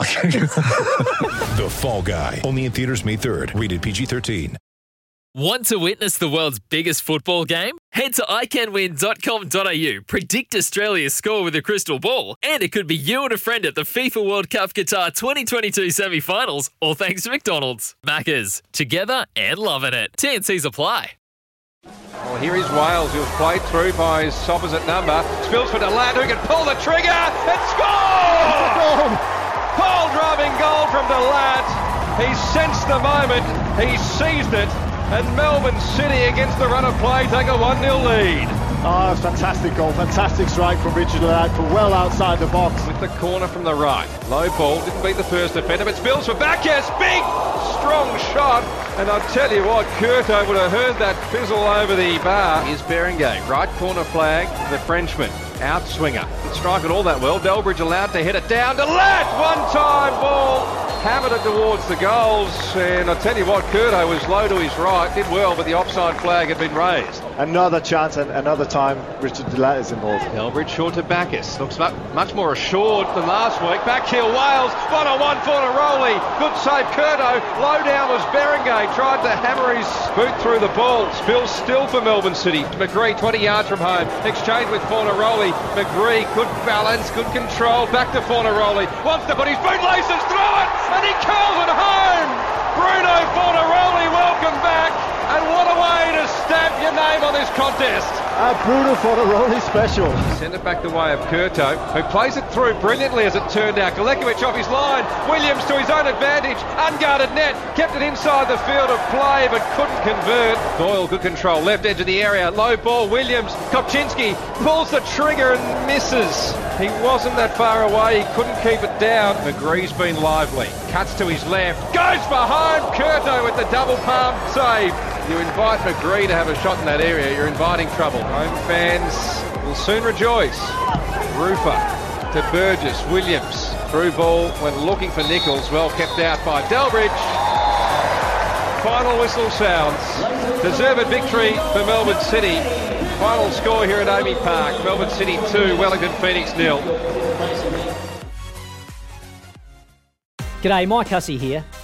The Fall Guy. Only in theaters May 3rd. Rated PG-13. Want to witness the world's biggest football game? Head to iCanWin.com.au, predict Australia's score with a crystal ball, and it could be you and a friend at the FIFA World Cup Qatar 2022 semi finals, all thanks to McDonald's. Maccas, together and loving it. TNC's apply. Well, here is Wales, who was played through by his opposite number. Spills for Delad, who can pull the trigger and score! Paul driving goal from Delad. He sensed the moment, he seized it, and Melbourne City against the run of play take a 1 0 lead. Ah, fantastic goal, fantastic strike from Richard Laird from well outside the box. With the corner from the right. Low ball, didn't beat the first defender, but spills for Bacchus. Big, strong shot. And I'll tell you what, Curto would have heard that fizzle over the bar. Is Berengay. Right corner flag, the Frenchman. Outswinger. Didn't strike it all that well. Delbridge allowed to head it down to Ladd. One time ball. Hammered it towards the goals. And I'll tell you what, Curto was low to his right. Did well, but the offside flag had been raised. Another chance and another time Richard Laird is involved. Delbridge short to Backus. Looks much, much more assured than last week. Back heel Wales. One on one for Neroli. Good save Curto. Low down was Berengay. Tried to hammer his boot through the ball. Spills still for Melbourne City. McGree 20 yards from home. Exchange with Fornaroli. McGree good balance, good control. Back to Fornaroli. Wants to put his boot laces through it. And he curls it home. Bruno Fornaroli, welcome back. And what a way to stamp your name on this contest. A brutal Fornaroli special. Send it back the way of Curto, who plays it through brilliantly as it turned out. Galekovic off his line, Williams to his own advantage, unguarded net, kept it inside the field of play but couldn't convert. Doyle, good control, left edge of the area, low ball, Williams, Kopczynski pulls the trigger and misses. He wasn't that far away, he couldn't keep it down. McGree's been lively, cuts to his left, goes for home, Curto with the double palm save. You invite McGree to have a shot in that area, you're inviting trouble. Home fans will soon rejoice. Roofer to Burgess, Williams, through ball when looking for Nichols, well kept out by Delbridge. Final whistle sounds. Deserved victory for Melbourne City. Final score here at Amy Park. Melbourne City 2, Wellington Phoenix 0. G'day, Mike Hussey here.